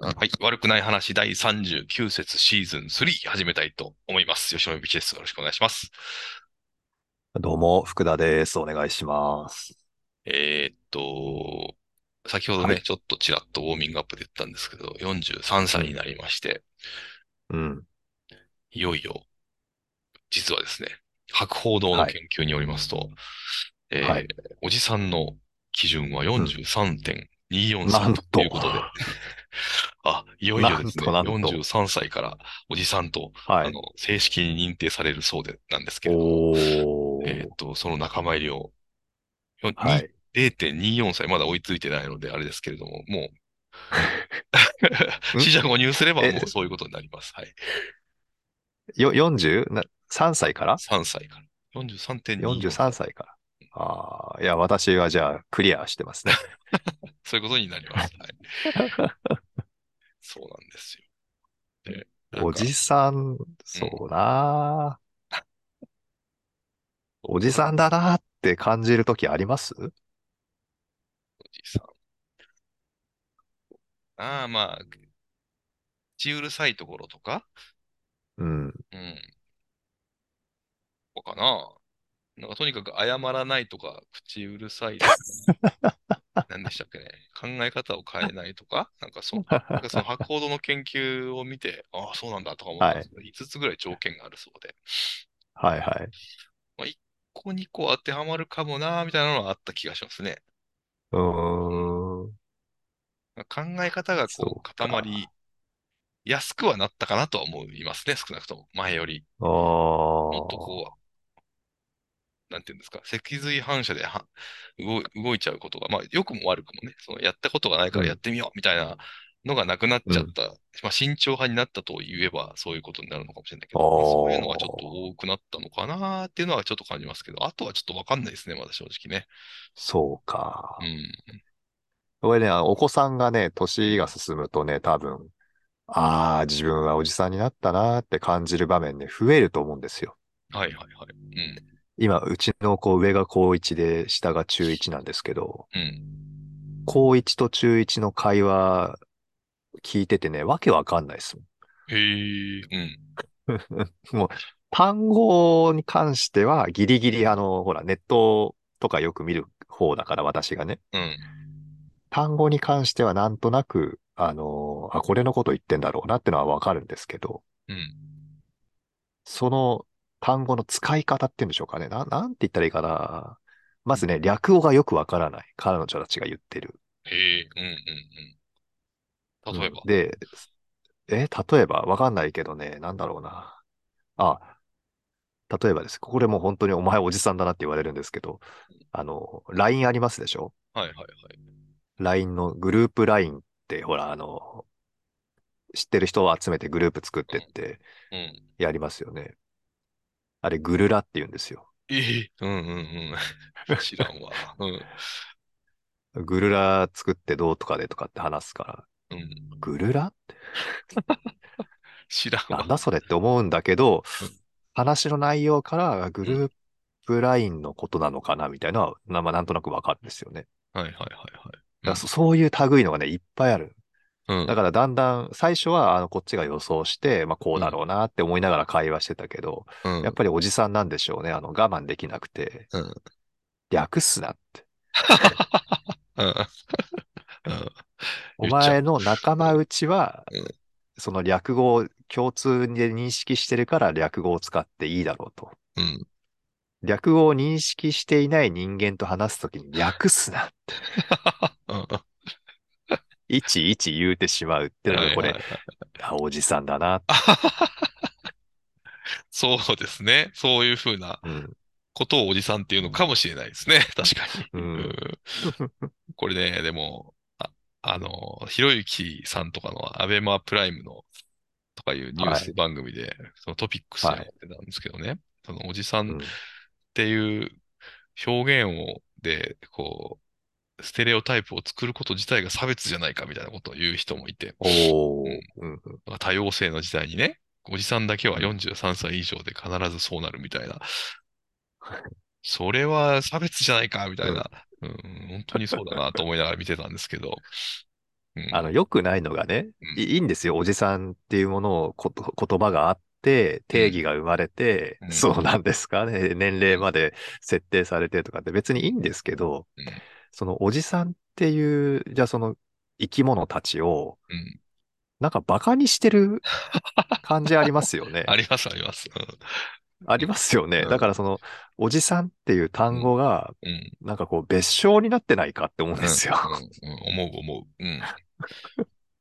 はい。悪くない話第39節シーズン3始めたいと思います。吉野美です。よろしくお願いします。どうも、福田です。お願いします。えーっと、先ほどね、はいちょっとちらっとウォーミングアップで言ったんですけど、43歳になりまして、うん。いよいよ、実はですね、博報堂のはい研究によりますと、えーはいおじさんの基準は43.243なんとということで、あ、いよいよですね、なんとなんと43歳からおじさんと、はあい。の、正式に認定されるそうで、なんですけれども、おえーっ。と、その仲間入りを、よはい。に0.24歳、まだ追いついてないので、あれですけれども、 もう、ん死者誤入すれば、えもうそういうことになります。はい。よ、40? な3歳から3歳から。43.24。 ?43 歳から。ああ、いや、私はじゃあ、クリアしてますね。そういうことになります。はい。 そうなんですよ。で、なんかおじさん、そうなーおじさんだなーって感じるときありますおじさん。ああ、まあ、口うるさいところとか、うん。うん。とかな。なんかとにかく謝らないとか、口うるさいと か、何でしたっけね。考え方を変えないとか、なんか そう、なんかその博報堂の研究を見て、ああ、そうなんだとか思ったんですけど、5つぐらい条件があるそうで、はいはい。ここにこう当てはまるかもな、みたいなのはあった気がしますね。うーん。考え方がこそううか固まりやすくはなったかなとは思いますね、少なくとも。前より。あもっとー。こう、なんていうんですか、脊髄反射では動い動いちゃうことが、まあ、良くも悪くもね、そのやったことがないからやってみようみたいなのがなくなっちゃった、まあ、慎重派になったと言えばそういうことになるのかもしれないけど、あーそういうのがちょっと多くなったのかなっていうのはちょっと感じますけど、あとはちょっとわかんないですね、まだ正直ね。そうかう。ん。これね、あのお子さんがね、年が進むとね、多分、ああ、自分はおじさんになったなーって感じる場面ね、増えると思うんですよ。はいはいはい。うん。今、うちの子、上が高1で、下が中1なんですけど、うん。高1と中1の会話、聞いててね、わけわかんないですもん。へえ、うん。単語に関しては、ギリギリ、あの、ほら、ネットとかよく見る方だから、私がね、うん。単語に関してはなんとなく、あの、あ、これのこと言ってんだろうなってのはわかるんですけど、うん。その単語の使い方っていうんでしょうかね。な、なんて言ったらいいかな。まずね、略語がよくわからない。彼女たちが言ってる。へえ、うんうんうん。例えばうん。で、え、例えば、わかんないけどね、なんだろうな。あ、例えばです。これもう本当にお前おじさんだなって言われるんですけど、あの、LINE ありますでしょはいはいはい。 ?LINE のグループ LINE って、ほら、あの、知ってる人を集めてグループ作ってってうん。やりますよね。あれ、グルラって言うんですよ。ええ、うんう んうん。知らんわ。うん。グルラ作ってどうとかでとかって話すから、うん。グルラって知らんなんわ。だそれって思うんだけどうん、話の内容からグループラインのことなのかなみたいなのは、なまあ、なんとなくわかるんですよね。はいはいはいだからそそういう類のがね、いっぱいある。はい。うん。だからだんだん、最初はあのこっちが予想して、まあこうだろうなって思いながら会話してたけど、うんやっぱりおじさんなんでしょうね。あの我慢できなくてうん、略すなって。うん。うんお言っちゃう前の仲間内はうん、その略語を共通で認識してるから略語を使っていいだろうと。うん。略語を認識していない人間と話すときに略 すな。 うん。いちいち言うてしまうってのはいがこはいれ、はいあおじさんだな。あはははそうですね。そういうふうなうん。ことをおじさんっていうのかもしれないですね。 確かに。う。うんん これね、でも、あ、あの、ひろゆきさんとかのアベマプライムのとかいうニュース番組で、そのトピックスやってたんですけどね、そのおじさうんっんていう表現を、で、こう、ステレオタイプを作ること自体が差別じゃないかみたいなことを言う人もいて、おー。うんうん多様性の時代にね、おじさんだけは43歳以上で必ずそうなるみたい な。それは差別じゃないか、みたいな。うん、本当にそうだなと思いながら見てたんですけど。うんあの、良くないのがね、うんいいいんですよ。おじさんっていうものをこと、言葉があって、定義が生まれて、うんそうなんですかね。年齢まで設定されてとかって別にいいんですけど、うんそのおじさんっていう、じゃあその生き物たちを、うん。なんかバカにしてる感じありますよね あります、あります。うありますよね。うんだからその、おじさんっていう単語が、ん。うんなんかこう、別称になってないかって思うんですよ。うんうん思う、思う。うん。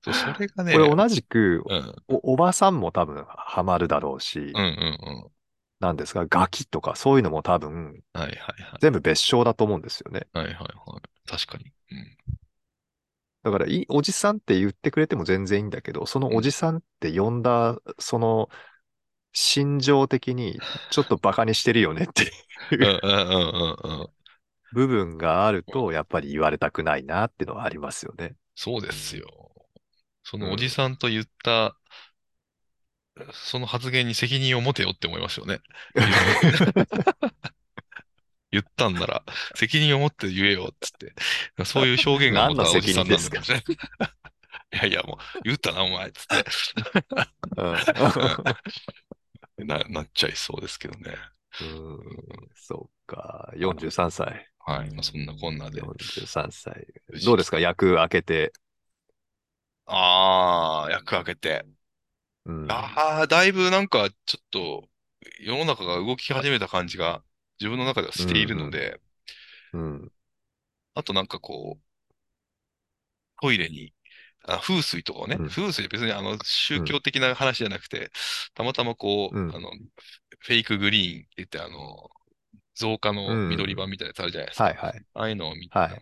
そうそれがね、これ同じく、うん、うん、お、おばさんも多分ハマるだろうしう、ん、うん。なんですが、ガキとかそういうのも多分、はいはいはい。全部別称だと思うんですよね。はいはいはい。確かに。うん。だからい、おじさんって言ってくれても全然いいんだけど、そのおじさんって呼んだ、その、心情的に、ちょっとバカにしてるよねって いううんうんうんうんうん。部分があると、やっぱり言われたくないなっていうのはありますよね。そうですよ。そのおじさんと言った、その発言に責任を持てよって思いますよ ね。言ったんなら、責任を持って言えよっつって。そういう表現が何のまたおじさんなんだ責任で ろうねいやいや、もう、言ったな、お前っつっうん てな、なっちゃいそうですけどね。うんそうか、43歳。はい。まあ、そんなこんなで。 43歳。どうですか、役開けて。ああ、役開けて。うんああ、だいぶなんかちょっと世の中が動き始めた感じが自分の中ではしているので、うんあとなんかこう、トイレに、あ、風水とかをね、うん風水は別にあの宗教的な話じゃなくて、たまたまこう、うんあの、フェイクグリーンって言ってあの、造花の緑版みたいなやつあるじゃないですか。はいはい。ああいうのを見て、はい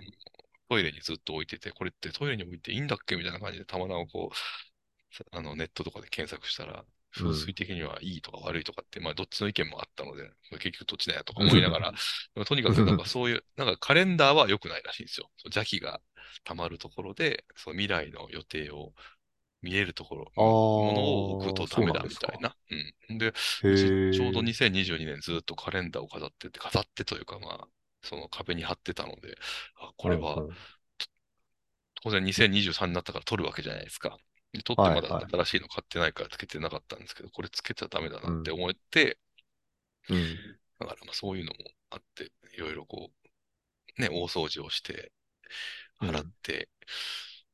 トイレにずっと置いてて、これってトイレに置いていいんだっけみたいな感じで棚をこう、あのネットとかで検索したら、風水的にはいいとか悪いとかって、まあどっちの意見もあったので、結局どっちだよとか思いな がら、でもとにかくなんかそういう、なんかカレンダーは良くないらしいんですよ。そう邪気が溜まるところで、その未来の予定を見えるところ、あーものを置くとダメだみたいな。うん。で、へうちーちょうど2022年ずっとカレンダーを飾ってて、飾ってというかまあ、その壁に貼ってたので、あ、これうんはうん当然2023になったから取るわけじゃないですか。で取ってまだはいはい新しいの買ってないからつけてなかったんですけど、これつけちゃダメだなって思って、うんだからまあそういうのもあって、いろいろこう、ね、大掃除をして、うん払って、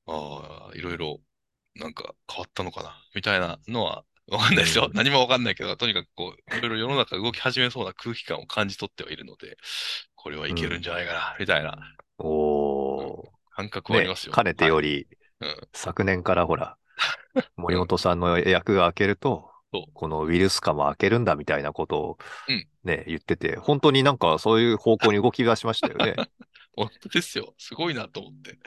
ああ、いろいろなんか変わったのかな、みたいなのは、わかんないですよ。うん何もわかんないけど、とにかくこう、いろいろ世の中動き始めそうな空気感を感じ取ってはいるので、これはいけるんじゃないかな、みたいなお感覚ー。はあねりますよ。かねてはいより、うん昨年からほ ら、森本さんの役が開けるとそ、このウイルス化も開けるんだみたいなことをうんね、言ってて、本当になんかそういう方向に動きがしましたよね。 本当ですよ。すごいなと思って。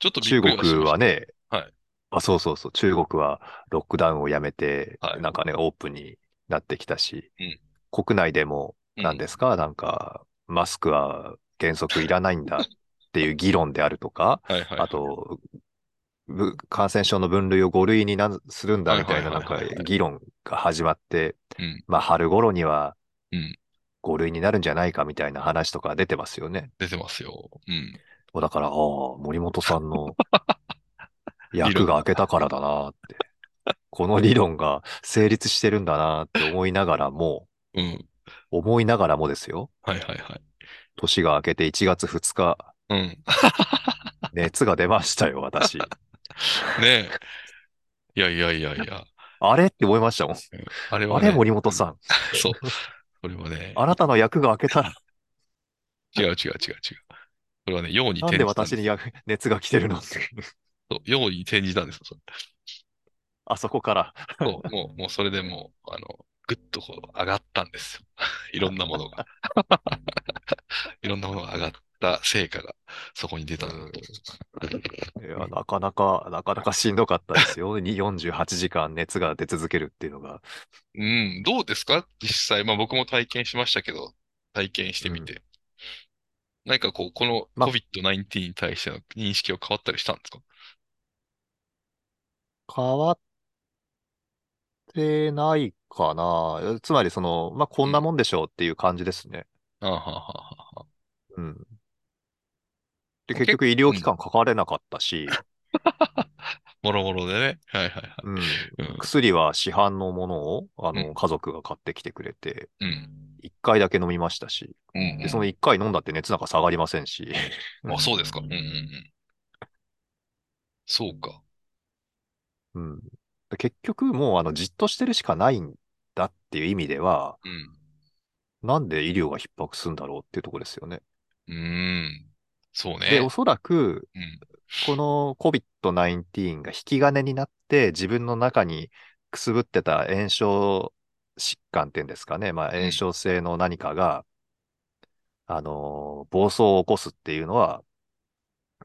ちょっとびっ中くりはし国ましたはね、はいあ、そうそうそう、中国はロックダウンをやめて、はいなんかね、オープンになってきたし、うん国内でもうん何ですか、なんか、マスクは原則いらないんだっていう議論であるとか、はいはいはい。あと、ぶ感染症の分類を5類になするんだみたいな、はないんはいはいかはい議論が始まってうん、まあ春頃にはうん5類になるんじゃないかみたいな話とか出てますよね。出てますよ。うん。もうだから、ああ、森本さ んの役が明けたからだなって。この理論が成立してるんだなって思いながらも、うん。思いながらもですよ。はいはいはい。年が明けて1月2日、うん。ね熱が出ましたよ、私。 え。いやいやいやいや。あれって思いましたもん。あれあはれ、ね、森本さん。そう。それはね、あなたの役が明けたら、違う違う違う違う。それはね、用になん転でじたんで私す。に役熱が来てるの そう用に転じたんですよ。それあそこから。そう、もう、もうそれでもう、あの、ぐっとこう上がったんですよ。 いろんなものが。 いろんなものが上がった成果がそこに出たなと。いや、なかなか、なかなかしんどかったですよ。に48時間熱が出続けるっていうのが。うん、どうですか実際、まあ僕も体験しましたけど、体験してみて。何かこう、このま COVID-19 に対しての認識は変わったりしたんですか変わってないかな。つまり、その、まあ、こんなもんでしょうっていう感じですね。ああはあはあはあ。うん。で、結局医療機関かかれなかったし、もろもろでね。はいはいはい。うん。うん。薬は市販のものを、あうの、家族が買ってきてくれて、うん。一回だけ飲みましたし、うん、で、その一回飲んだって熱なんか下がりませんし、 あ、そうですか。うんうんうん。そうか。うん。結局、もう、あの、じっとしてるしかないんだっていう意味では、うん。なんで医療が逼迫するんだろうっていうところですよね。うーん。そうで、ねお。そらく、うん。この COVID-19 が引き金になって、自分の中にくすぶってた炎症疾患っていうんですかね、まあ、ん炎症性の何かが、あのー暴走を起こすっていうのは、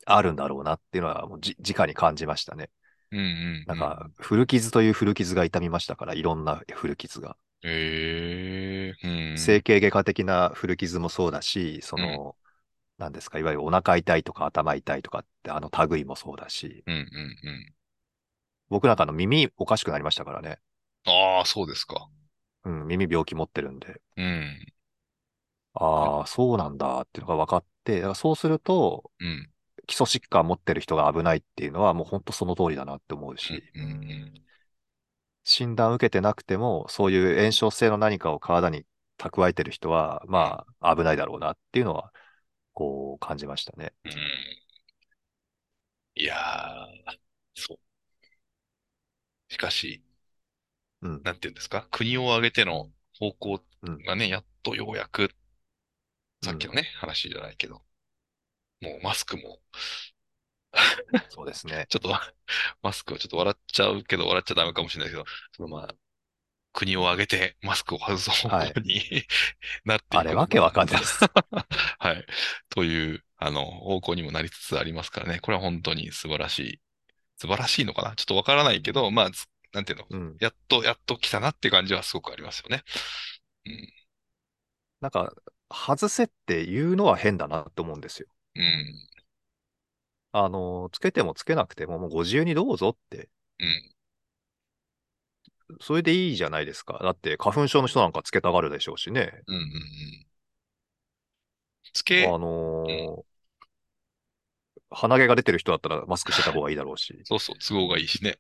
あるんだろうなっていうのは、もうじ、直に感じましたね。うんうん。なんか、古傷という古傷が痛みましたから、いろんな古傷が。うん。へえ。うん。整形外科的な古傷もそうだし、その、なんですか、いわゆるお腹痛いとか頭痛いとかって、あの類もそうだし、うんうんうん。僕なんかあの耳おかしくなりましたからね。ああ、そうですか。うん、耳病気持ってるんで。うん。ああ、そうなんだっていうのが分かって、だからそうすると、うん。基礎疾患持ってる人が危ないっていうのはもう本当その通りだなって思ううんし、うんうん。診断受けてなくても、そういう炎症性の何かを体に蓄えてる人は、まあ危ないだろうなっていうのは、こう感じましたね。うんいやー、そう。しかし、うん。なんていうんですか、国を挙げての方向うんがね、やっとようやく、さっきのね、話じゃないけど、もうマスクも、そうですね。ちょっと、マスクはちょっと笑っちゃうけど、笑っちゃダメかもしれないけど、そのまあ、国を挙げてマスクを外す方はい向に なっていあくれのわけわかんないです。 はい。という、あの、方向にもなりつつありますからね。これは本当に素晴らしい。素晴らしいのかなちょっとわからないけど、まあ、つなんていうのうん。やっと、やっと来たなって感じはすごくありますよね。うん。なんか、外せって言うのは変だなと思うんですよ。うん。あの、つけてもつけなくても、もうご自由にどうぞって。うんそれでいいじゃないですか。だって、花粉症の人なんかつけたがるでしょうしね。うん。うん。うん。つあけ、のー鼻毛が出てる人だったらマスクしてた方がいいだろう し。そうそう、都合がいいしね。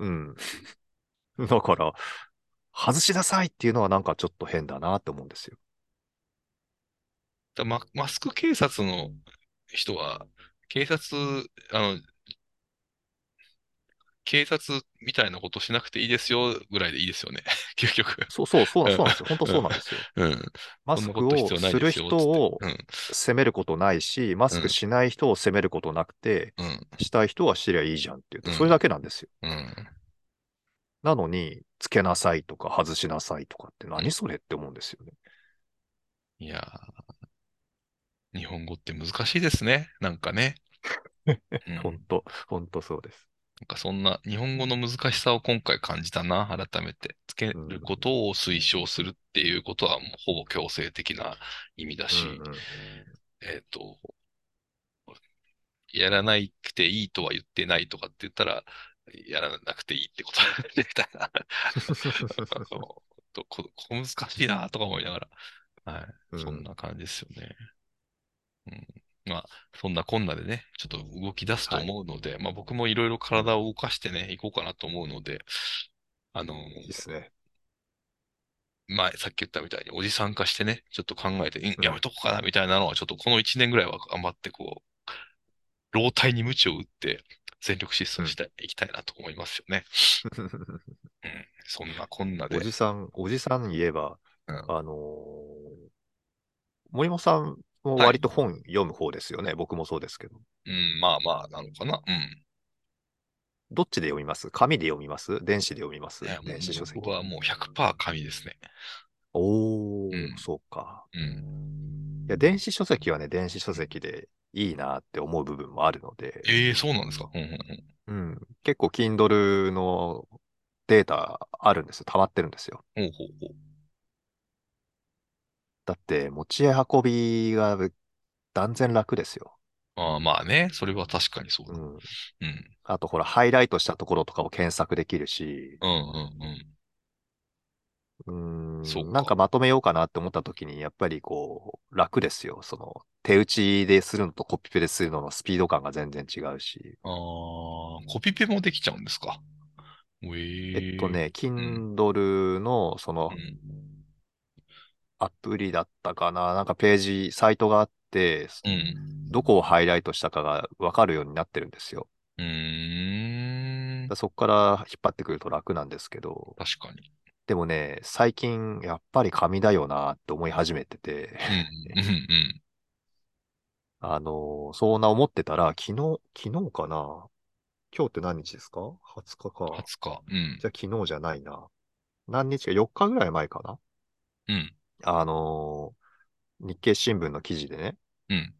うん。 だから、外しなさいっていうのはなんかちょっと変だなって思うんですよ。だママスク警察の人は、警察、あの、警察みたいなことしなくていいですよぐらいでいいですよね。 究極。そうそう、そうなそうなんですよ。本当そうなんですよ。うん。マそんスなクこと必を要ないするですよ。人をつって責めることないし、マスクしない人を責めることなくて、うん。うん。したい人はしてりゃいいじゃんって言って、うんそれだけなんですよ。うん。なのに、つけなさいとか外しなさいとかって何それって思うんですよね。いやー、日本語って難しいですね。なんかね。 うん本当本当そうです。なんかそんな日本語の難しさを今回感じたな、改めて。つけることを推奨するっていうことはもうほぼ強制的な意味だし、うんうんえっと、やらなくていいとは言ってないとかって言ったら、やらなくていいってこと だね、みたいな。なんかもうとここ難しいなとか思いながら。はい。う んそんな感じですよね。うん。まあ、そんなこんなでね、ちょっと動き出すと思うので、まあ僕もいろいろ体を動かしてね、行こうかなと思うので、あの、いいですね。まあさっき言ったみたいにおじさん化してね、ちょっと考えて、うんうんやめとこうかなみたいなのは、ちょっとこの1年ぐらいは頑張ってこう、老体に鞭を打って、全力疾走していきたいなと思いますよ ね。うん。そんなこんなでお。じさん、おじさんに言えば、うんあのー森本さんも割と本読む方ですよね。僕もそうですけど。うん、まあまあ、なのかな。うん。どっちで読みます紙で読みます電子で読みますいやもう電子書籍僕。はもう100%紙ですね。おー、うんそうか。うん。いや、電子書籍はね、電子書籍でいいなって思う部分もあるので、ええそうなんですか。うんうんうん。うん、結構 Kindle のデータあるんですよ。溜まってるんですよ。ほうほうほう。だって、持ち運びが断然楽ですよ。ああ、まあね、それは確かにそううだ。ん。うん。あと、ほら、ハイライトしたところとかを検索できるし、うんうんうん。うー、そうんなんかか。まとめようかなって思った時に、やっぱりこう、楽ですよ。その、手打ちでするのとコピペでするののスピード感が全然違うし。ああ、うんコピペもできちゃうんですか。ええっとえね、うん、 Kindle の、そうの、ん、アプリだったかななんかページ、サイトがあって、うん。どこをハイライトしたかがわかるようになってるんですよ。うーん、だそこから引っ張ってくると楽なんですけど、確かに。でもね、最近やっぱり紙だよなって思い始めてて、うん、うん、うん。あのーそんな思ってたら、昨日、昨日かな今日って何日ですか ?20 日か。 20日。うん、じゃあ昨日じゃないな。何日か、4日ぐらい前かなうん、あのー日経新聞の記事でね、うん。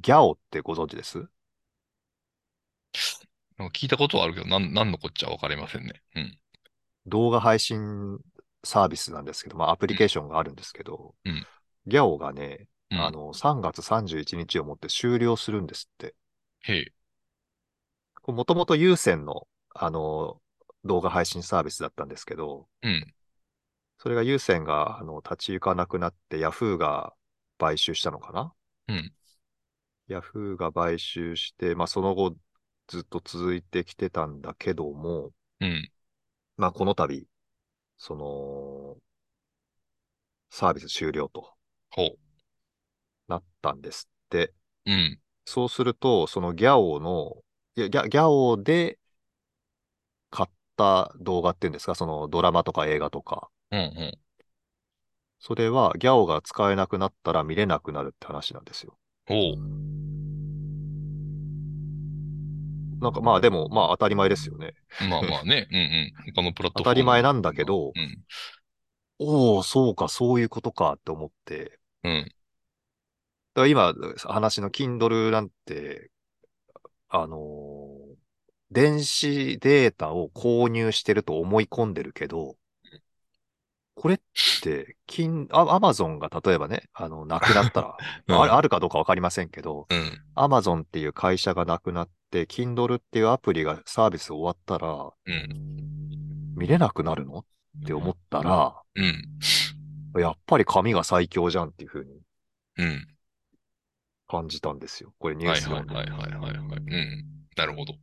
ギャオってご存知ですなんか聞いたことはあるけど、なん、なんのこっちゃわかりませんね。うん、動画配信サービスなんですけど、まあアプリうケーん、ションがあるんですけど、うん、ギャオがね、うあん。の、3月31日をもって終了するんですって。へえ、もともと有線の、あの、動画配信サービスだったんですけど、うん、それが有線が、あの、立ち行かなくなって、ヤフーが買収したのかなうん、ヤフーが買収して、まあ、その後、ずっと続いてきてたんだけども、うん。まあ、この度、その、サービス終了とほう。なったんですって。うん、そうすると、そのギャオの、いやギャ、ギャオで買った動画っていうんですか、そのドラマとか映画とか、うん、うん。それはギャオが使えなくなったら見れなくなるって話なんですよ。ほう。なんかまあでも、まあ当たり前ですよね。まあまあね。うん、うん。他のプラッ当トたフォりーム前のなんだ分けが。ど、うん、おお、そうか、そういうことかって思って、うん。だから今、話の Kindle なんて、あのー電子データを購入してると思い込んでるけど、これって、金、あ、アマゾンが例えばね、あの、なくなった ら、うまあ、ある、ん、あるかどうかわかりませんけど、うん、アマゾンっていう会社がなくなって、Kindle っていうアプリがサービス終わったら、うん、見れなくなるのって思ったら、うん、やっぱり紙が最強じゃんっていう風にうん。感じたんですよ。これニューはいスは読いんで。はいはいはいはい。うん。なるほど。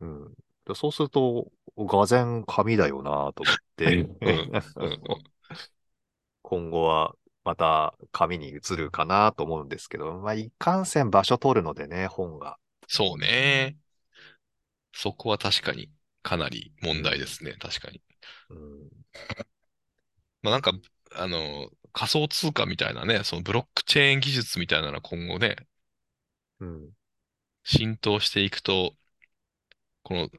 うん。でそうすると、俄然紙だよなと思っうて、ん、うん、うん、うん。 今後はまた紙に移るかなと思うんですけど、まあ、いかんせん場所取るのでね、本が。そうね。そこは確かにかなりう問題でん。すね。確かに。うん。まあなんか、あの、仮想通貨みたいなね、そのブロックチェーン技術みたいなのは今後ね、うん。浸透していくと、この、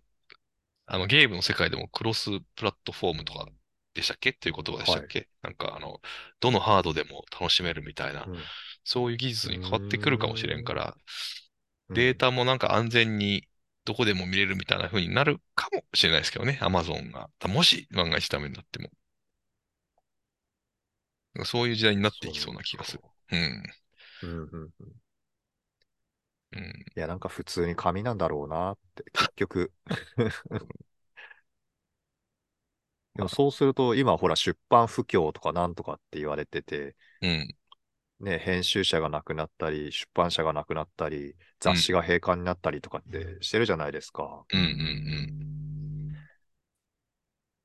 あのゲームの世界でもクロスプラットフォームとかでしたっけっていう言葉でしたはっい。けなんかあの、どのハードでも楽しめるみたいな、うん。そういう技う術に変わってくるかもしれんーかん。ら、うデーん。タもなんか安全にどこでも見れるみたいな風になるかもしれないですけどね、Amazon が。もし万が一ダメになっても。そういう時代になっていきそうそうな気がか。する。うん。うん。うんうん。うん。いや、なんか普通に紙なんだろうなって、結局。 でまもあ、そうすると、今ほら出版不況とかなんとかって言われてて、うん。ね、編集者がなくなったり、出版社がなくなったり、う雑ん。誌が閉刊になったりとかってしてるじゃないですか。うん。うん。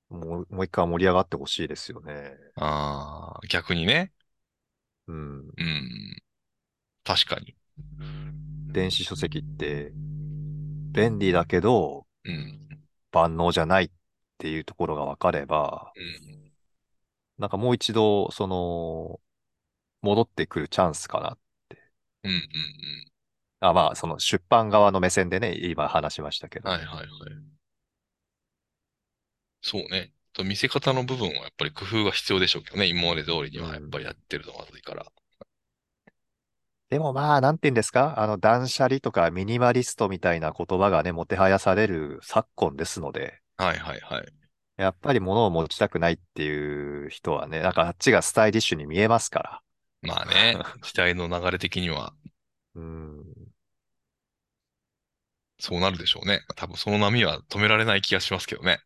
もう、もう一回盛り上がってほしいですよね。ああー、逆にね。うん。うん。確かに。電子書籍って便利だけど、うん。万能じゃないっていうところが分かれば、うん。なんかもう一度、その、戻ってくるチャンスかなって。うん。うん。あ、まあ、その出版側の目線でね、今話しましたけうん。はいど。はいはい。そうね。と見せ方の部分はやっぱり工夫が必要でしょうけどね。今まで通りにうはやっぱりん。やってるのはまずいから。でもまあ、なんて言うんですかあの、断捨離とかミニマリストみたいな言葉がね、もてはやされる昨今ですので、はいはいはい。やっぱり物を持ちたくないっていう人はね、なんかあっちがスタイリッシュに見えますかまあね。ら。時代の流れ的にはうん。そうなるでしょうね。多分その波は止められない気がしますけどね。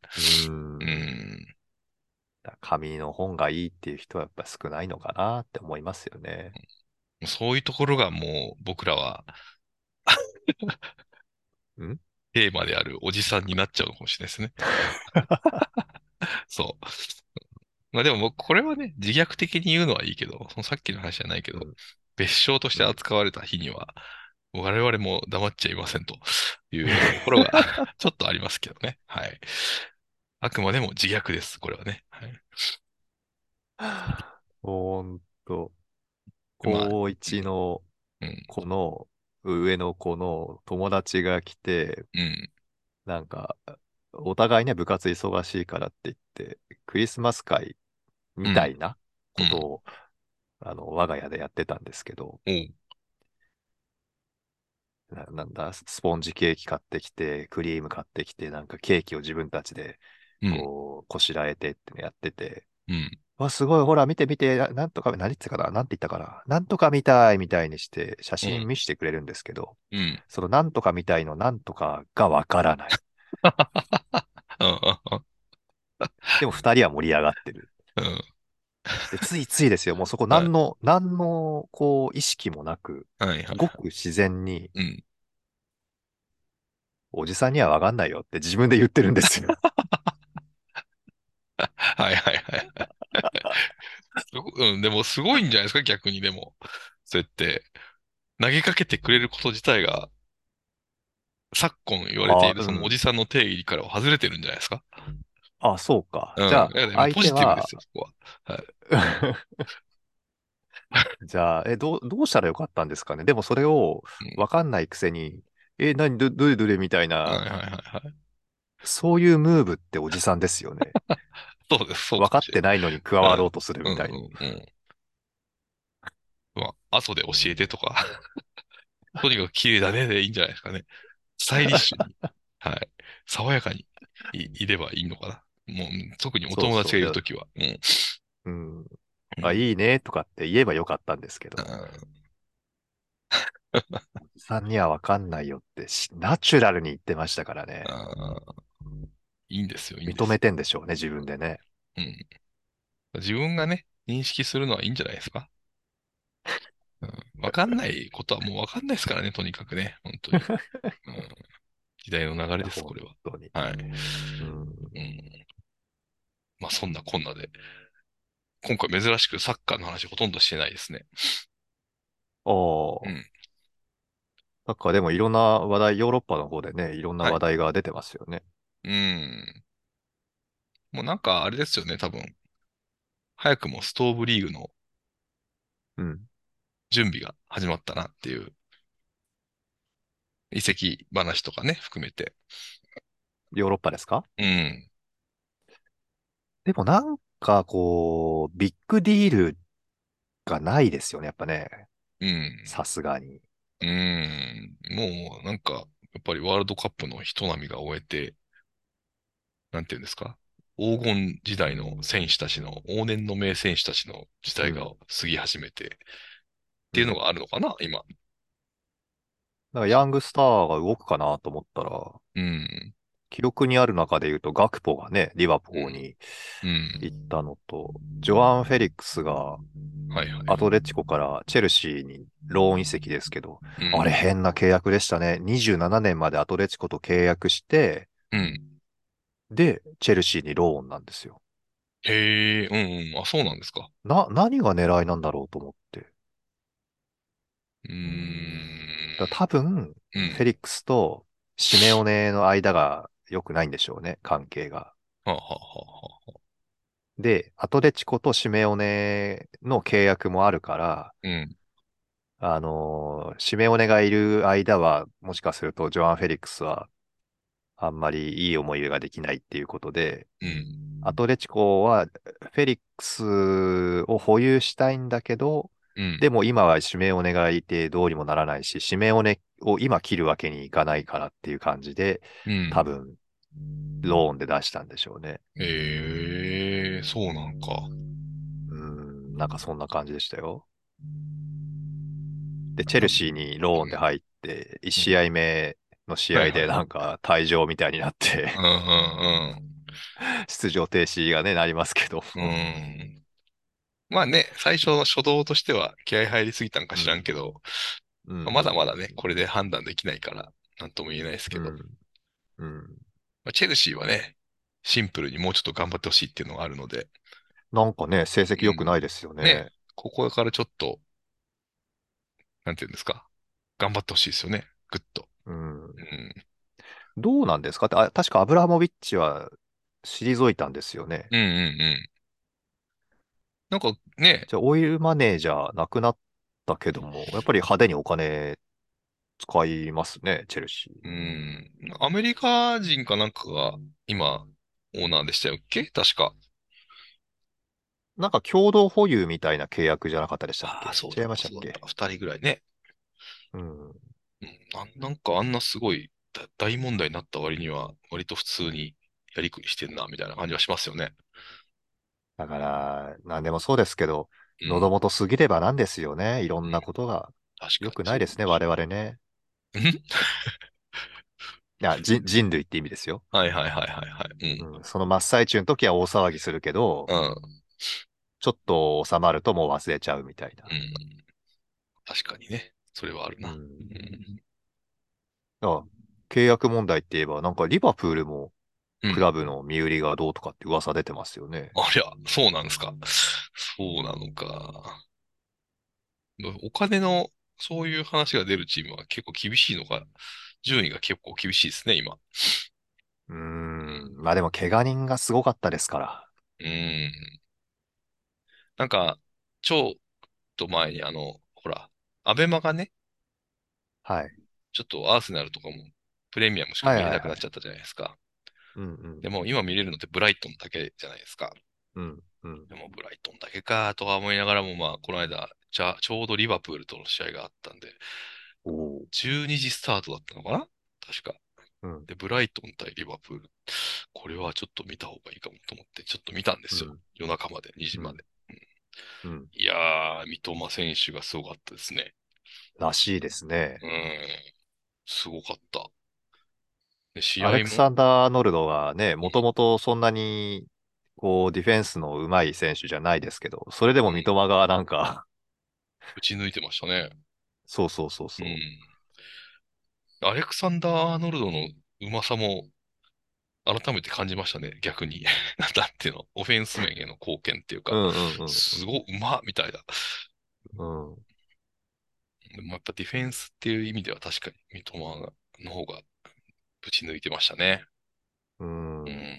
う。うんん。紙の本がいいっていう人はやっぱ少ないのかなって思いますよね。そういうところがもう僕らは んテーマであるおじさんになっちゃうのかもしれないですね。 そう。まあでも僕、これはね、自虐的に言うのはいいけど、そのさっきの話じゃないけど、うん別称として扱われた日には、我々も黙っちゃいませんと いうところがちょっとありますけどね。はい。あくまでも自虐です、これはね。はい、ほんと、まあ高一のうん、子の上の子の友達が来て、うん、なんか、お互いね、部活忙しいからって言って、クリスマス会みたいなことを、あの、我が家でやってたんですけど、おう、ななんだ、スポンジケーキ買ってきて、クリーム買ってきて、なんかケーキを自分たちで、うん、こう、こしらえてってのやってて、うん、わ、すごい、ほら、見て見て、ななんとか、何言ってたかななんて言ったかななんとかみたいみたいにして、写う真ん見せてくれるんですけど、うん、うん、そのなんとかみたいのなんとかがわからない。でも二人は盛り上がってる。うん、でついついですよ、もうそこ何の、何の、こう、意識もなく、はいはい。ごく自然に、うん。おじさんにはわかんないよって自分で言ってるんで すよ。はいはいはいはい。すごうん、でもすごいんじゃないですか、逆にでも。そうやって、投げかけてくれること自体が、昨今言われているあそのうんおじさんの定義からは外れてるんじゃないですか。あ、そうか。うん。じゃあいやで、も相ポジ手ティブはで、すよ、そこは。 じゃあ、え、どう、どうしたらよかったんですかね。でもそれをうんわかんないくせに、え、何、ど、どれどれみたいはいはいな、はいはい。そういうムーブっておじさんですよね。そうです、そう分かかっもしれてないのに加わろうとするないみたいに。うんうんうん。まあ、後で教えてとか。 とにかく綺麗だねでいいんじゃないですかね。スタイリッシュに。 はい。爽やかにい、いればいいのかな。もう、特にお友達がいるときは。うん。うん。うんあ、いいねとかって言えばよかったんですけど、おじさんには分かんないよってし、ナチュラルに言ってましたからね。あーいいんですよ、いいんです認めてんでしょうね、自分でね。うん。自分がね、認識するのはいいんじゃないですか。うん、わかんないことはもうわかんないですからね、とにかくね、本 当に。うん、時代の流れです、これは。本当に。はい。うんうん。まあ、そんなこんなで。今回珍しくサッカーの話ほとんどしてないですね。おーうんなんかでもいろんな話題、ヨーロッパの方でね、いろんな話題が出てますよね。うん。もうなんかあれですよね、多分。早くもストーブリーグのうん。準備が始まったなっていう。移籍話とかね、含めて。ヨーロッパですかうん。でもなんかこう、ビッグディールがないですよね、やっぱね。うん。さすがに。うん。もうなんか、やっぱりワールドカップの人波が終えて、なんていうんですか黄金時代の選手たちの、往年の名選手たちの時代が過ぎ始めて、っていうのがあるのかな、今。なんかヤングスターが動くかなと思ったら、うん。記録にある中で言うと、ガクポがね、リバポーにうん。行ったのと、ジョアン・フェリックスがはいはい。アトレティコからチェルシーにローン移籍ですけど、うんあれ変な契約でしたね。27年までアトレティコと契約して、うん。で、チェルシーにローンなんですよ。へえ、うんうん。あ、そうなんですか。な、何が狙いなんだろうと思って。うーだん。多分、うフェん。リックスとシメオネの間が良くないんでしょうね、関係が。はあはあはあはあ。で、アトレチコとシメオネの契約もあるから、うん。あのーシメオネがいる間は、もしかするとジョアン・フェリックスは、あんまりいい思い出ができないっていうことで、うん。アトレチコは、フェリックスを保有したいんだけど、うん。でも今は指名お願いてどうにもならないし、指名をね、を今切るわけにいかないからっていう感じで、うん。多分、ローンで出したんでしょうね。ええ、そうなんか。うーん、なんかそんな感じでしたよ。で、チェルシーにローンで入って、1試合目の試合でなんか退場みたいになってう、んうんうん。出場停止がね、なりますけど。う。ん。まあね、最初の初動としては気合入りすぎたんか知らんけど、うんまあまだまだね、これで判断できないから、なんとも言えないですけど、まうん。うん。あチェルシーはね、シンプルにもうちょっと頑張ってほしいっていうのがあるので、なんかね、成績良くないですよね。ねここからちょっと、なんていうんですか、頑張ってほしいですよね、ぐっと。うん。うん。どうなんですかって、あ、確かアブラハモビッチは退いたんですよね。うんうんうん。なんかね、じゃあ、オイルマネージャーなくなったけども、やっぱり派手にお金使いますね、チェルシうー。ん、アメリカ人かなんかが今、オーナーでしたよっけ確か。なんか共同保有みたいな契約じゃなかったでしたっあけあ、そうだ違いましたっそうだけった。二人ぐらいね。うん。うんなん、なんかあんなすごいだ大問題になった割には、割と普通にやりくりしてんな、みたいな感じはしますよね。だから、なんでもそうですけど、うん喉元過ぎればなんですよね。いろんなことが確か良くないですね、我我々ね。々。んいや、人人類って意味ですよ。はいはいはいはいはい。うん。その真っ最中の時は大騒ぎするけどう、ん。うん。ちょっと収まるともう忘れちゃうみたいな。うん確かにね。それはあるな。ううんん。あ、契約問題って言えば、なんかリバプールもうんクラブの身売りがどうとかって噂出てますよね。ありゃ、そうなんですか。そうなのか。お金の、そういう話が出るチームは結構厳しいのか、順位が結構厳しいですね、今。うーん。まあでも、怪我人がすごかったですから。うん。なんか、ちょっと前にあの、ほら、アベマがね、はい。ちょっとアーセナルとかもプレミアムしか見れなくなっちゃったじゃないですか。うんうんで。も今見れるのってブライトンだけじゃないですか。うんうん。でもブライトンだけかとは思いながらも、まあ、この間、じゃちょうどリバプールとの試合があったんで、おお。 12時スタートだったのかな確か。うんで、ブライトン対リバプール。これはちょっと見た方がいいかもと思って、ちょっと見たんですよ。うん夜中まで、2時まで。うん。いやー、三笘選手がすごかったですね。らしいですね。うん。すごかった。で、試合アも。レクサンダー・アーノルドはね、もともとそんなに、こう、ディフェンスの上手い選手じゃないですけど、それでも三笘がなんか、打ち抜いてましたね。そうそうそうそうう。ん。アレクサンダー・アーノルドのうまさも改めて感じましたね、逆に。 なんだっていうの、オフェンス面への貢献っていううか、んうんすごいうまっみたいな。うん。うん。でもやっぱディフェンスっていう意味では確かに三笘の方がぶち抜いてましたね。うんうん。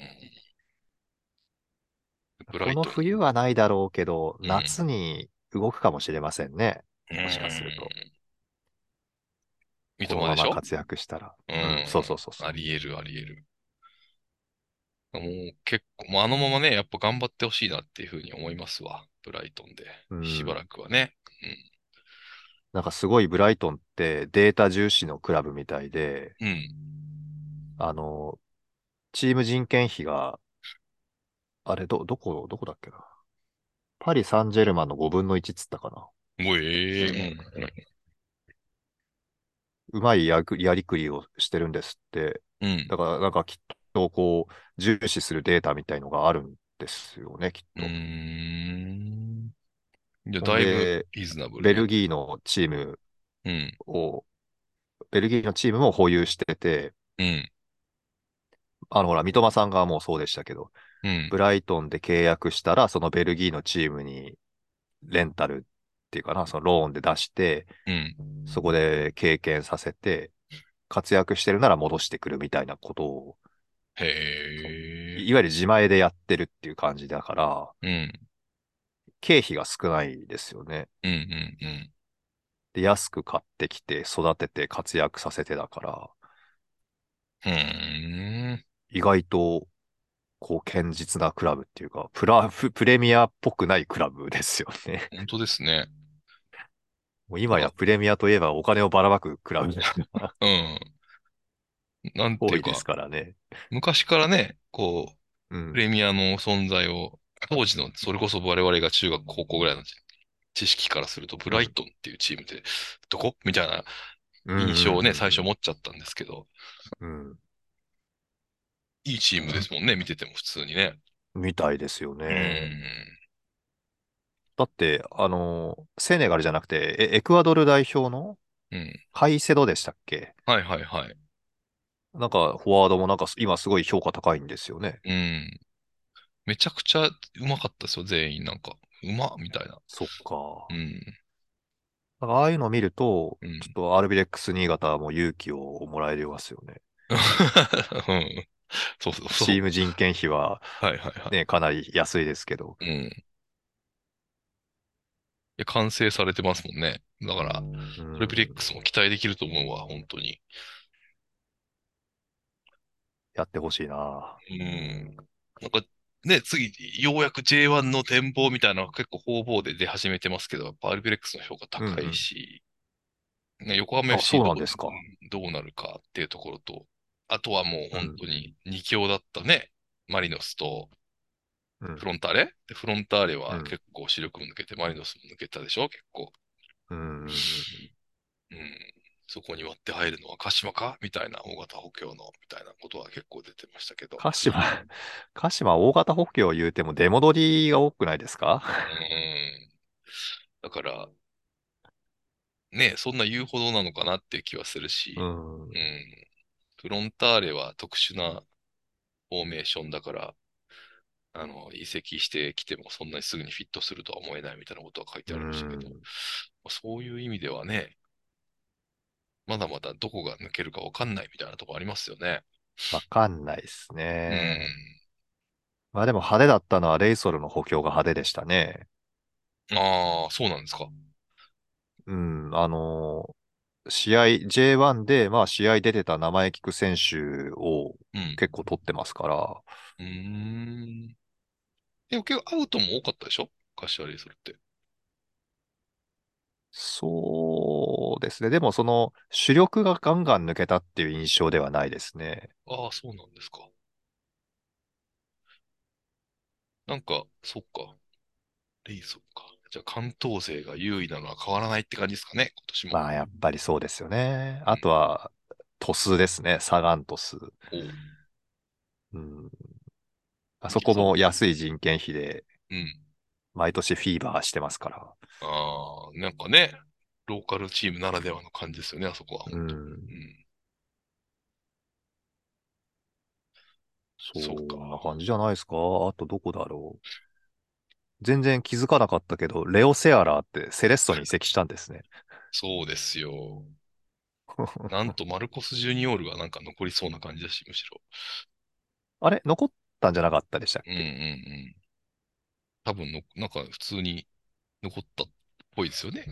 ブラこイのトン。冬はないだろうけど、うん夏に動くかもしれませんね。もしかするとうん。三この笘までしまょ活躍したら。うんそうそうそうそうあ。り得る、あり得る。もう結構、もうあのままね、やっぱ頑張ってほしいなっていうふうに思いますわ。ブライトンうんで。しばらくはね。なんかすごいブライトンってデータ重視のクラブみたいで、うん。あの、チーム人件費が、あれ、ど、どこ、どこだっけな。パリ・サンジェルマンの5分の1っつったかな。もうええうまいやくやりくりをしてるんですって。うん。うん。だから、なんかきっとこう、重視するデータみたいのがあるんですよね、きっうと。ん。いや、だいぶリーズナブル。ベルギーのチームうん。を、ベルギーのチームも保有してて、うん。あの、ほら、三笘さんがもうそうでしたけど、うん。ブライトンで契約したら、そのベルギーのチームにレンタルっていうかな、そのローンで出して、うん。そこで経験させて、活躍してるなら戻してくるみたいなことを、へえ。いわゆる自前でやってるっていう感じだから、うん。経費が少ないですよね。うん。うん。うん。で、安く買ってきて、育てて、活躍させてだから、うーん。意外と、こう、堅実なクラブっていうか、プラ、ププレミアっぽくないクラブですよね。本当ですね。もう今やプレミアといえばお金をばらまくクラブうん。なんて多いいうかで、すからね。昔からね、こう、うんプ。レミアの存在を、当時の、それこそ我々が中学、高校ぐらいの知識からすると、ブライトンっていうチームで、どこみたいな印象をね、最初持っちゃったんですけど、うん。いいチームですもんね、見てても普通にね。みたいですようね。ん。だって、あの、セネガルじゃなくて、えエクアドル代表のうん。カイセドでしたっけはいはいはい。なんか、フォワードもなんか、今すごい評価高いんですよね。うん。めちゃくちゃうまかったですよ、全員なんか。うまっみたいな。そっかう。ん。なんかああいうのを見ると、 うんちょっとアルビレックス新潟も勇気をもらえますよね。うん。そうそうチそう。ーム人件費ははいはいはい。ね、かなり安いですけど。うん。いや、完成されてますもんね。だから、うんアルビレックスも期待できると思うわ、本当に。やってほしいな。うん。なんか、ね、次、ようやく J1 の展望みたいなのが結構方々で出始めてますけど、やっぱアルビレックスの評価高いし、ね、横浜あ FC そうなんどですかどうなるかっていうところと、あとはもう本当に2強だったね、マリノスとうんフロンターレ。で、フロンターレうはん結構視力も抜けて、マリノスも抜けたでしょ、結構。うん。うん、そこに割って入るのは鹿島かみたいな、大型補強の、みたいなことは結構出てましたけど。鹿島、鹿島大型補強を言うても出戻りが多くないですかうん。だから、ねそんな言うほどなのかなっていう気はするし、ううん。ん。フロンターレは特殊なフォーメーションだから、あの、移籍してきてもそんなにすぐにフィットするとは思えないみたいなことは書いてありましたけど、うんまあそういう意味ではね、まだまだどこが抜けるかわかんないみたいなとこありますよね。わかんないですうね。ん。まあでも派手だったのはレイソルの補強が派手でしたね。ああ、そうなんですか。うん。あのー試合、J1 で、まあ試合出てた名前聞く選手をうん。結構取ってますから、うーん。でも結構アウトも多かったでしょ柏レイソルって。そうですね。でもその主力がガンガン抜けたっていう印象ではないですね。ああ、そうなんですか。なんか、そっか。レイソルか。じゃあ関東勢が優位なのは変わらないって感じですかね、今年も。まあやっぱりそうですよね。あとは、トスですね。サガントス。おううん。あそこも安い人件費で、うん。毎年フィーバーしてますから。ああ、なんかね、ローカルチームならではの感じですよね、あそこは。ううん。ん。そそうんなか。感じじゃないですか。あとどこだろう。全然気づかなかったけど、レオ・セアラーってセレッソに移籍したんですね。そうですよ。なんとマルコス・ジュニオールがなんか残りそうな感じだし、むしろ。 あれ残ったんじゃなかったでしたっうんけ、うんうん。多分の、なんか普通に残ったっぽいですよね。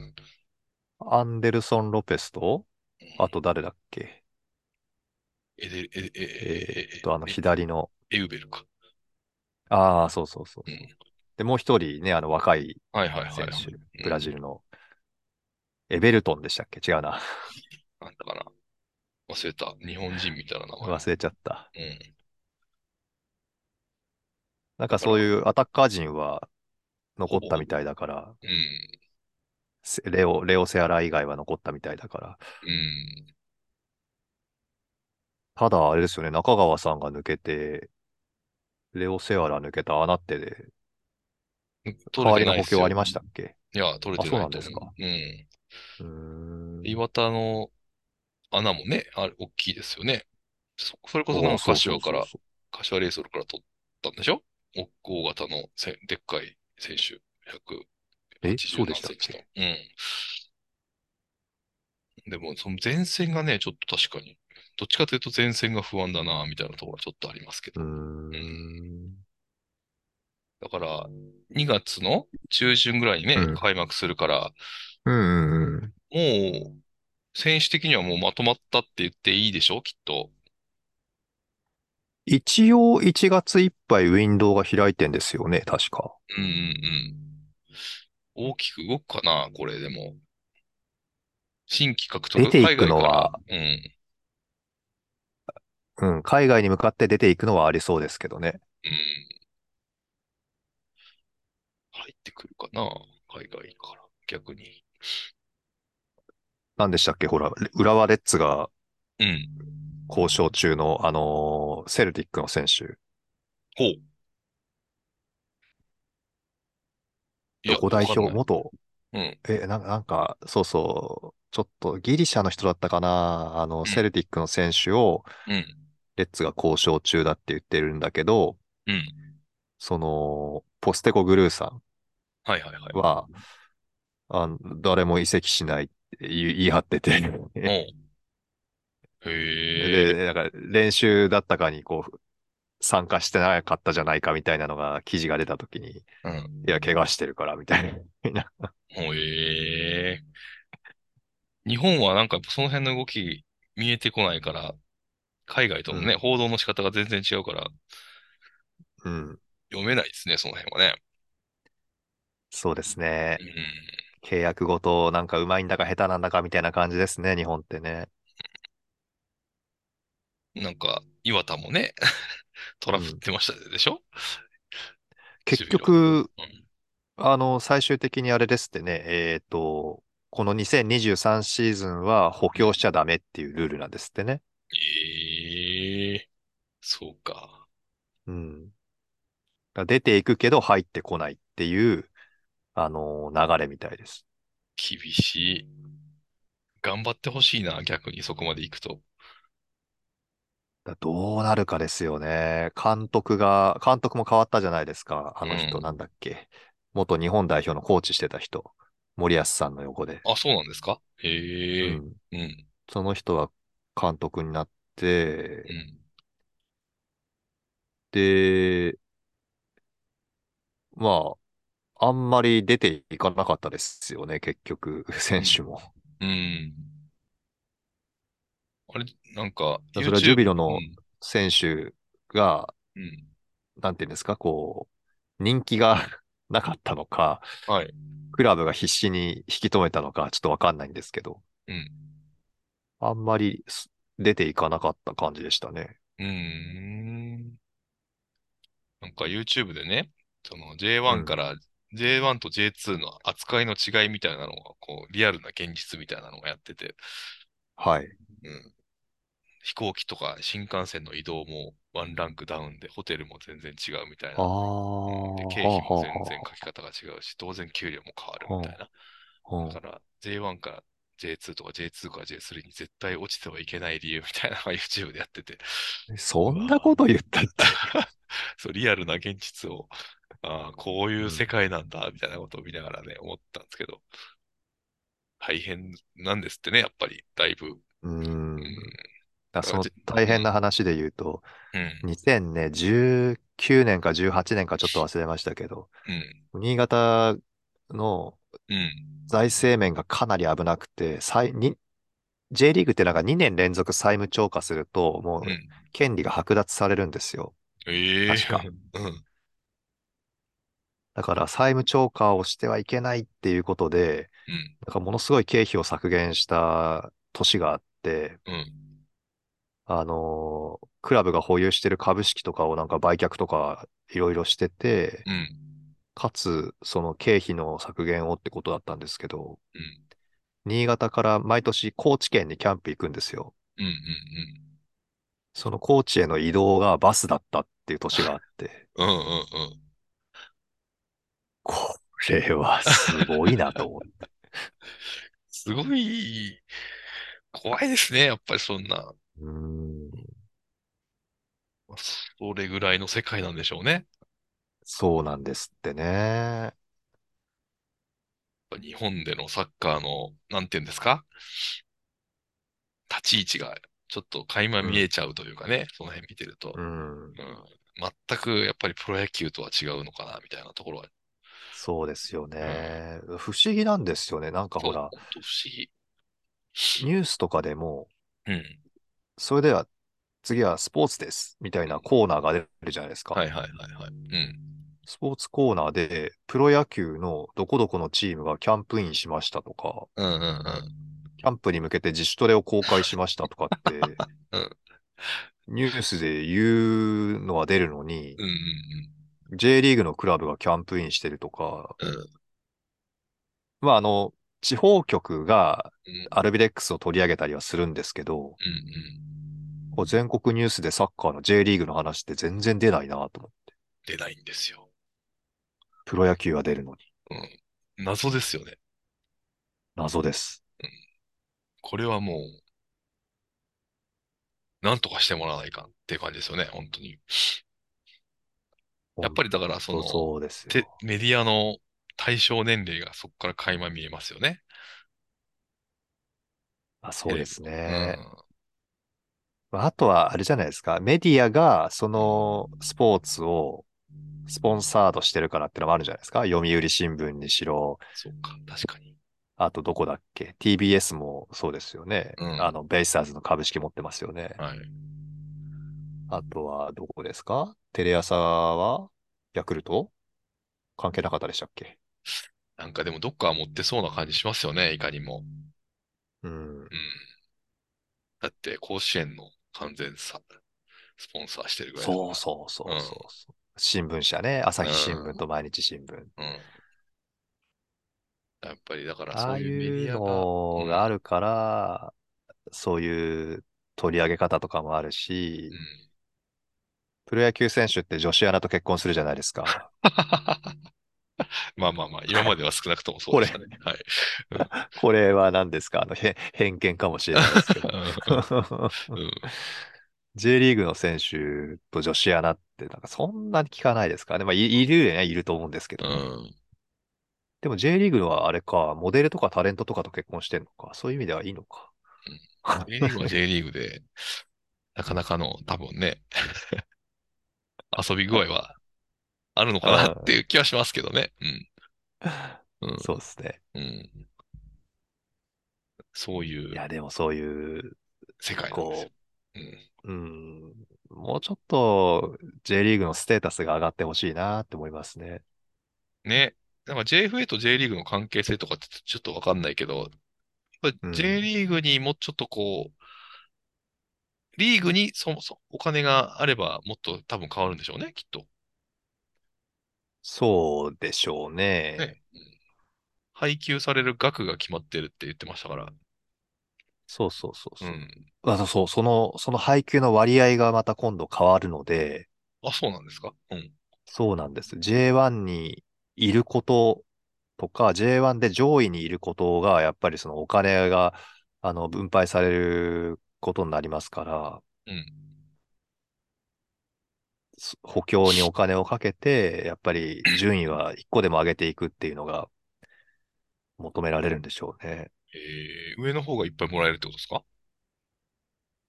アンデルソン・ロペスと、あと誰だっけエデル、エデ、え、え、え、と、あの左の、エウベルか。ああ、そうそうそう。うん。で、もう一人ね、あの若いはいはいはい選はい。手、ブラジルの、エベルトンでしたっけ違うな。なんだかな。忘れた。日本人みたいな名前。忘れちゃった。うん。なんかそういうアタッカー陣は残ったみたいだから、うん。せレオ、レオセアラ以外は残ったみたいだから。うん。ただ、あれですよね、中川さんが抜けて、レオセアラ抜けたあなってで、代わりの補強ありましたっけいや、取れてないと思う。あそうなんうん。うーん。岩田の穴もね、あれ、大きいですよね。そ、それこそなんかそうそうそう柏そうから、柏レイソルから取ったんでしょお大型のせ、でっかい選手、180えそうでした何っセンチの。うん。でも、その前線がね、ちょっと確かに、どっちかというと前線が不安だな、みたいなところはちょっとありますけうど。ー。うんん。だから、2月の中旬ぐらいにねうん、開幕するから、うんうんうん。もう、選手的にはもうまとまったって言っていいでしょきっと。一応1月いっぱいウィンドウが開いてんですよね、確か。うんうんうん。大きく動くかなこれでも。新規獲得出ていくの海外はからうん。うん、海外に向かって出ていくのはありそうですけどね。うん。入ってくるかな海外から。逆に。なんでしたっけほら、浦和レッズがうん。交渉中の、あのーセルティックの選手、ほう。いやどこ代表、わかんない元、うん。え、なんか、なんか、そうそう、ちょっとギリシャの人だったかな、あの、セルティックの選手を、うん。レッツが交渉中だって言ってるんだけど、うん。その、ポステコグルーさんはいはいはい。は、あの誰も移籍しないって言い言い張ってて、おう。へえ。で、なんか練習だったかにこう、参加してなかったじゃないかみたいなのが記事が出たときに、うん。いや、怪我してるからみたいな。ほうへえ。日本はなんかその辺の動き見えてこないから、海外とのね、うん報道の仕方が全然違うから、うん、読めないですね、その辺はね。そうですねう。ん。契約ごとなんか上手いんだか下手なんだかみたいな感じですね、日本ってね。なんか、岩田もね、 トラブってましたでしょ結局、うんあの、最終的にあれですってね、えっと、この2023シーズンは補強しちゃダメっていうルールなんですってね。ええ。そうか。うん。出ていくけど入ってこないっていう、あの、流れみたいです。厳しい。頑張ってほしいな、逆にそこまで行くと。だどうなるかですよね。監督が、監督も変わったじゃないですか。あのう人、んなんだっけ。元日本代表のコーチしてた人。森保さんの横で。あ、そうなんですかうへえ。ん。うん。その人は監督になってう、ん。で、まあ、あんまり出ていかなかったですよね、結局、 選手も。うん。あれ、なんか、それはジュビロうのん。選手が、うん。なんていうんですか、こう、人気が なかったのか、はい。クラブが必死に引き止めたのか、ちょっとわかんないんですけど、うん。あんまりす出ていかなかった感じでしたね。うーん。なんか YouTube でね、その J1 から、J1 と J2 の扱いの違いみたいなのが、こう、リアルな現実みたいなのがやってて、はい。うん。飛行機とか新幹線の移動もワンランクダウンで、ホテルも全然違うみたいあな。あ、で、経費も全然は書き方が違うし、当然給料も変わるみたいな。あはあはあだから J1 から J2 とか J2 から J3 に絶対落ちてはいけない理由みたいなのが YouTube でやってて、うんそんなこと言ったって。そう、リアルな現実を、ああ、こういう世界なんだ、みたいなことを見ながらね、思ったんですけど、大変なんですってね、やっぱり、だいぶ。う。うんん。だからそのだか大変な話で言うと、うん。 2019年か18年かちょっと忘れましたけど、うん。新潟のうん。財政面がかなり危なくて、債に J リーグってなんか2年連続債務超過すると、もううん権利が剥奪されるんですよ。ええ確かうん。だから債務超過をしてはいけないっていうことで、うん。なんかものすごい経費を削減した年があって、うん。あのークラブが保有してる株式とかをなんか売却とかいろいろしてて、うん。かつ、その経費の削減をってことだったんですけど、うん。新潟から毎年高知県にキャンプ行くんですよ。うん。うん。その高知への移動がバスだったっていう年があって、うん。うん。うん。うんこれはすごいなと 思って。すごい、怖いですね、やっぱりそんな。うーん、それぐらいの世界なんでしょうね。やっそうなんですってね。ぱ日本でのサッカーの、なんていうんですか立ち位置がちょっと垣間見えちゃうというかね、その辺見てるとう、ん、うん全くやっぱりプロ野球とは違うのかな、みたいなところは。そうですよね。不思議なんですよね。なんかほそうら、ほんと不思議。ニュースとかでも、うん。それでは次はスポーツですみたいなコーナーが出るじゃないですか。はいはいはいはい。うん。スポーツコーナーで、プロ野球のどこどこのチームがキャンプインしましたとか、うんうんうん。キャンプに向けて自主トレを公開しましたとか って、ニュースで言うのは出るのにう、ん J リーグのクラブがキャンプインしてるとか、うんうん。まああの、地方局がうんアルビレックスを取り上げたりはするんですけど、うんあ全国ニュースでサッカーの J リーグの話って全然出ないなと思って。出ないんですよ。プロ野球は出るのに。うん。謎ですよね。謎です。これはもう、なんとかしてもらわないかんっていう感じですよね、本当に。やっぱりりだから、そそうの、そうですてよ。メディアの対象年齢がそこから垣間見えますよね。あ、そうですうん。ね。まああとは、あれじゃないですか。メディアが、その、スポーツを、スポンサードしてるからってのもあるじゃないですか。読売新聞にしろ、そうか、確かに。あとどこだっけ ?TBS もそうですよね。うんあの、ベイスターズの株式持ってますよね。はい。あとは、どこですかテレ朝は、ヤクルト関係なかったでしたっけなんかでもどっかは持ってそうな感じしますよね、いかにも。うん。うん。だって、甲子園の完全さ、スポンサーしてるぐらいだからそうそうそうそうそう、新聞社ね。朝日新聞と毎日新聞。うん。やっぱりだからあそうあいうメいデうィアが、のうんがあるから、そういう取り上げ方とかもあるし、うんプロ野球選手って女子アナと結婚するじゃないですか。 まあまあまあ、今までは少なくともそうでしたね。はい。これは何ですかあの、へ偏見かもしれないですけど。 うん、 J リーグの選手と女子アナって、なんかそんなに聞かないですかね。まあ、いいるよね、いると思うんですけど。うん。でも J リーグはあれか、モデルとかタレントとかと結婚してんのか。そういう意味ではいいのか。 J リーグは J リーグで、なかなかの多分ね、 遊び具合はあるのかなっていう気はしますけどね。うん。うん。 そうですね。うん、そういいうや、でもそういう、世界なんですよ。うん、うん、もうちょっと J リーグのステータスが上がってほしいなって思いますね。ね。なんか JFA と J リーグの関係性とかってちょっとわかんないけど、やっぱうん J リーグにもうちょっとこう、リーグにそもそもお金があればもっと多分変わるんでしょうね、きっと。そうでしょうね。ね。うん配給される額が決まってるって言ってましたから。そうそうそううそう、ん。あそうそう、その、その配給の割合がまた今度変わるので、あ、そうなんですかうん。そうなんです。J1 にいることとか、J1 で上位にいることが、やっぱりそのお金が、あの、分配されることになりますから、うん。そ補強にお金をかけて、やっぱり順位は一個でも上げていくっていうのが求められるんでしょうね。えー、上の方がいっぱいもらえるってことですか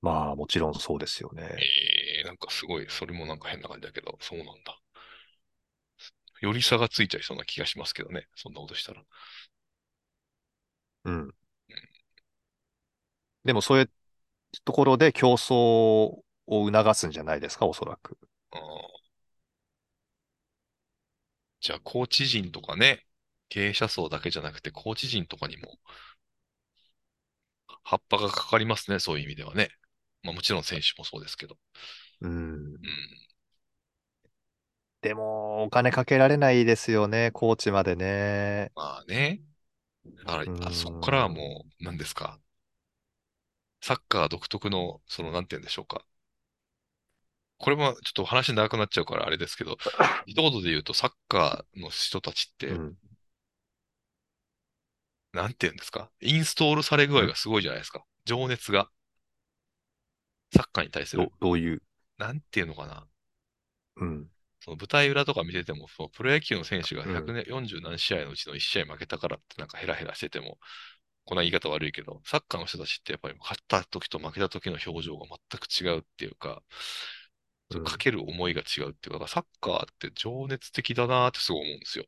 まあ、もちろんそうですよね。えー、なんかすごい、それもなんか変な感じだけど、そうなんだ。より差がついちゃいそうな気がしますけどね、そんなことしたら。うん。でも、そういうところで競争を促すんじゃないですか、おそらく。あーじゃあ、コーチ陣とかね、経営者層だけじゃなくて、コーチ陣とかにも、葉っぱがかかりますね、そういう意味ではね。まあもちろん選手もそうですけど。うん。うん。でも、お金かけられないですよね、コーチまでね。まあね。だうから、んあそこからはもう、何ですか。サッカー独特の、その、なんて言うんでしょうか。これもちょっと話長くなっちゃうからあれですけ ど、一言で言うと、サッカーの人たちってう、ん。なんて言うんですかインストールされ具合がすごいじゃないですか。情熱が。サッカーに対すどる。、どういう。なんていうのかな。うん。その舞台裏とか見てても、そのプロ野球の選手がうん140何試合のうちの1試合負けたからってなんかヘラヘラしてても、こんな言い方悪いけど、サッカーの人たちってやっぱり勝った時と負けた時の表情が全く違うっていうか、うんかける思いが違うっていうか、だからサッカーって情熱的だなーってすごい思うんですよ。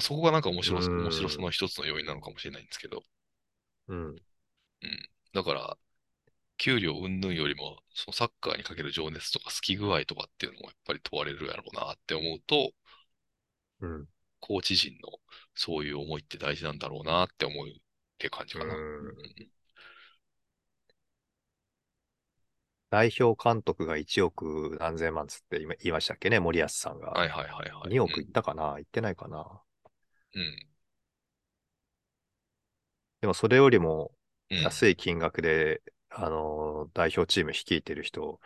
そこがなんか面白さ、うん面白さの一つの要因なのかもしれないんですけど。うん。だから、給料云々よりも、そのサッカーにかける情熱とか好き具合とかっていうのもやっぱり問われるやろうなって思うと、うん。コーチ陣のそういう思いって大事なんだろうなって思うって感じかな。うん代表監督が1億何千万つって今言いましたっけね、森保さんが。はいはいはいはい。 2億いったかな、いってないかな。うん。うんでもそれよりもうん安い金額で、あの、代表チーム率いてる人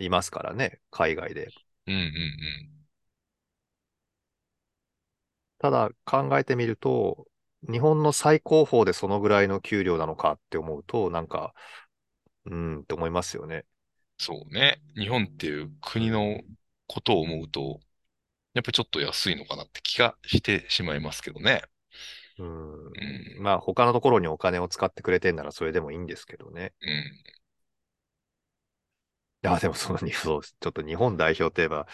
いますからね、海外で。うんうんうん。ただ考えてみると、日本の最高峰でそのぐらいの給料なのかって思うと、なんか、うーんって思いますよね。そうね。日本っていう国のことを思うと、やっぱりちょっと安いのかなって気がしてしまいますけどね。うーんうん。まあ他のところにお金を使ってくれてんならそれでもいいんですけどね。うん。いや、でもその日本、 そうちょっと日本代表といえば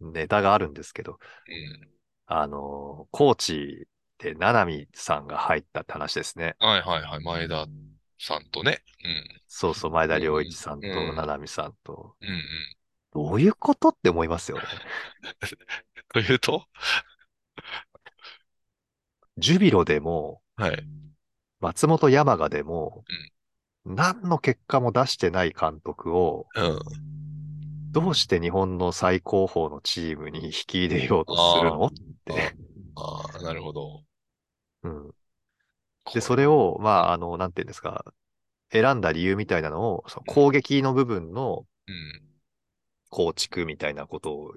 ネタがあるんですけど、うん。あの、コーチで七海さんが入ったって話ですね。はいはいはい。前田さんとね。そうそう、前田良一さんとうん七海さんと。うん。うんうん。どういうことって思いますよね。というとジュビロでも、はい。松本山雅でも、何の結果も出してない監督を、うん。どうして日本の最高峰のチームに引き入れようとするのって。ああ、なるほど。うん、こで、それを、まあ、あの、なんていうんですか、選んだ理由みたいなのを、その攻撃の部分のうん。構築みたいなことを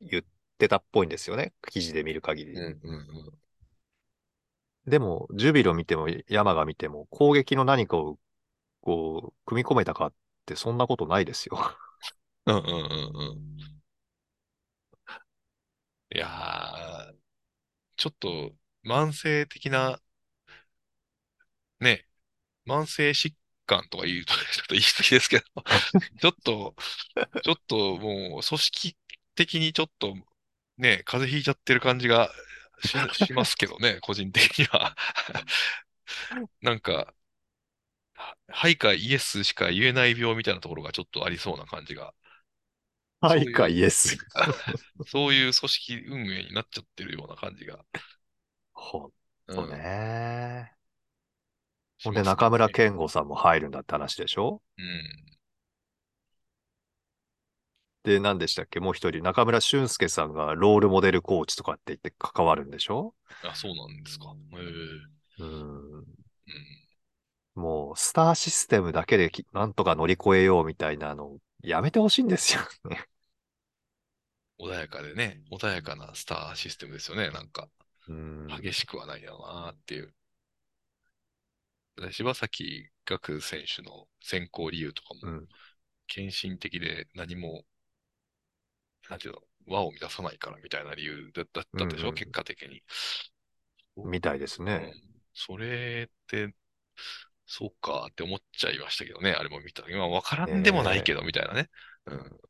言ってたっぽいんですよね。記事で見る限り。うんうんうん。でも、ジュビロ見ても、山が見ても、攻撃の何かを、こう、組み込めたかって、そんなことないですよ。うんうんうんうん。いやー、ちょっと慢性的な、ね、慢性疾患とか言うとちょっと言い過ぎですけど、 ちょっと、ちょっともう組織的にちょっとね、風邪ひいちゃってる感じがし、しますけどね、 個人的には。なんか、ははいかイエスしか言えない病みたいなところがちょっとありそうな感じが。は そういういか、イエス。 そういう組織運営になっちゃってるような感じが。ほんうとん。ね。しほんますねで、中村健吾さんも入るんだって話でしょうん。で、何でしたっけもう一人、中村俊介さんがロールモデルコーチとかって言って関わるんでしょあ、そうなんですか。へえ。うん。うん。もう、スターシステムだけできなんとか乗り越えようみたいなの、やめてほしいんですよ ね。穏やかでね、穏やかなスターシステムですよね。なんか、うん。激しくはないだろうなっていう。柴崎岳選手の選考理由とかうも、ん。献身的で何も、なんていうの、和を乱さないからみたいな理由だだったでしうんうょ、ん結果的に。みたいですうね。んそれって、そうかって思っちゃいましたけどね、あれも見た。今わからんでもないけど、みたいなね。うん。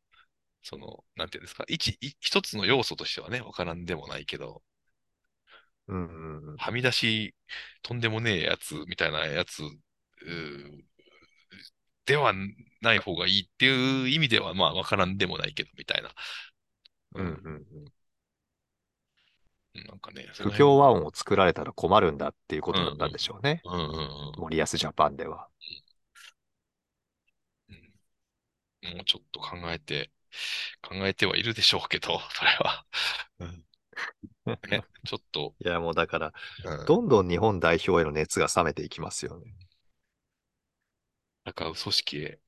その、なんていうんですか、一、い一つの要素としてはね、わからんでもないけど、うんうんうん。はみ出し、とんでもねえやつ、みたいなやつ、うーではない方がいいっていう意味では、まあ、わからんでもないけど、みたいな。うんうんうん。なんかね、その不協和音を作られたら困るんだっていうことだったんでしょうね。辺うんうんうん。森保ジャパンでは。うんもうちょっと考えて、考えてはいるでしょうけど、 それは。ね、ちょっと、いや、もうだから、うん、どんどん日本代表への熱が冷めていきますよね。戦う組織へ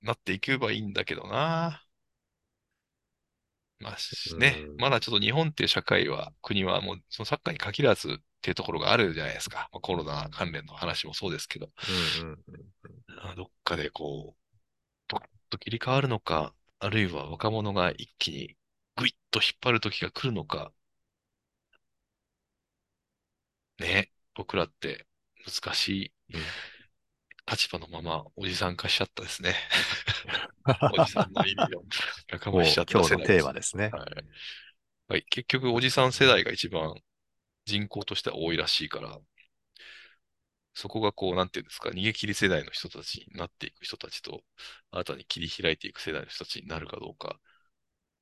なっていけばいいんだけどな。まあしねう、んまだちょっと日本っていう社会は、国はもうそのサッカーに限らずっていうところがあるじゃないですか。まあ、コロナ関連の話もそうですけど、うんうん うん。あどっかでこう、どっと切り替わるのか、あるいは若者が一気にぐいっと引っ張る時が来るのか、ね、僕らって難しいうん立場のままおじさん化しちゃったです ね。おじさんの意味を仲もう間しちゃ今っ日た世の代テーマですね。はい。はい、結局おじさん世代が一番人口としては多いらしいから、そこがこう、なんていうんですか、逃げ切り世代の人たちになっていく人たちと、新たに切り開いていく世代の人たちになるかどうか、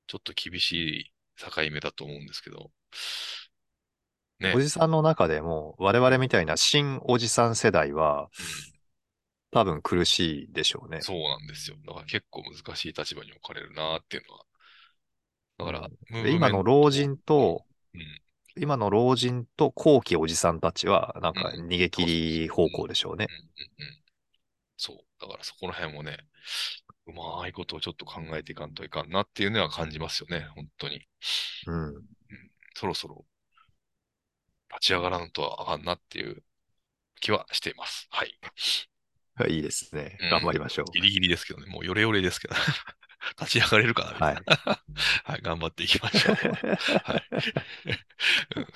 ちょっと厳しい境目だと思うんですけど、ねお。じさんの中でも、我々みたいな新おじさん世代は、多分苦しいでしょうね。そうなんですよ。だから結構難しい立場に置かれるなっていうのは。だから、ムーブメンでト今の老人とうん、今の老人と後期おじさんたちは、なんかうん逃げ切り方向でしょうね。うんうんそう。だからそこら辺もね、うまいことをちょっと考えていかんといかんなっていうのは感じますよね、本当に。うん。そろそろ立ち上がらんとあかんなっていう気はしています。はい。いいですねうん。頑張りましょう。ギリギリですけどね、もうヨレヨレですけど、 立ち上がれるかなみたはいいな。。はい、頑張っていきま しょう。はい。うん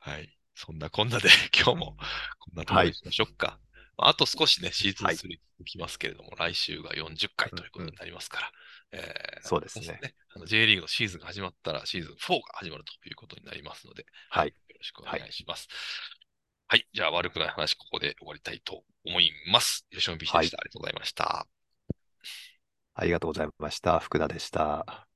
はい。そんなこんなで、 今日もこんなところにしましょうか。まああと少しね、シーズンはい3に行きますけれども、来週が40回ということになりますから、えーそうですねまたあの J リーグのシーズンが始まったら、シーズン4が始まるということになりますので、はいよろしくお願いします。はい。じゃあ、悪くない話、ここで終わりたいと思います。吉野美でした。ありがとうございました。ありがとうございました。福田でした。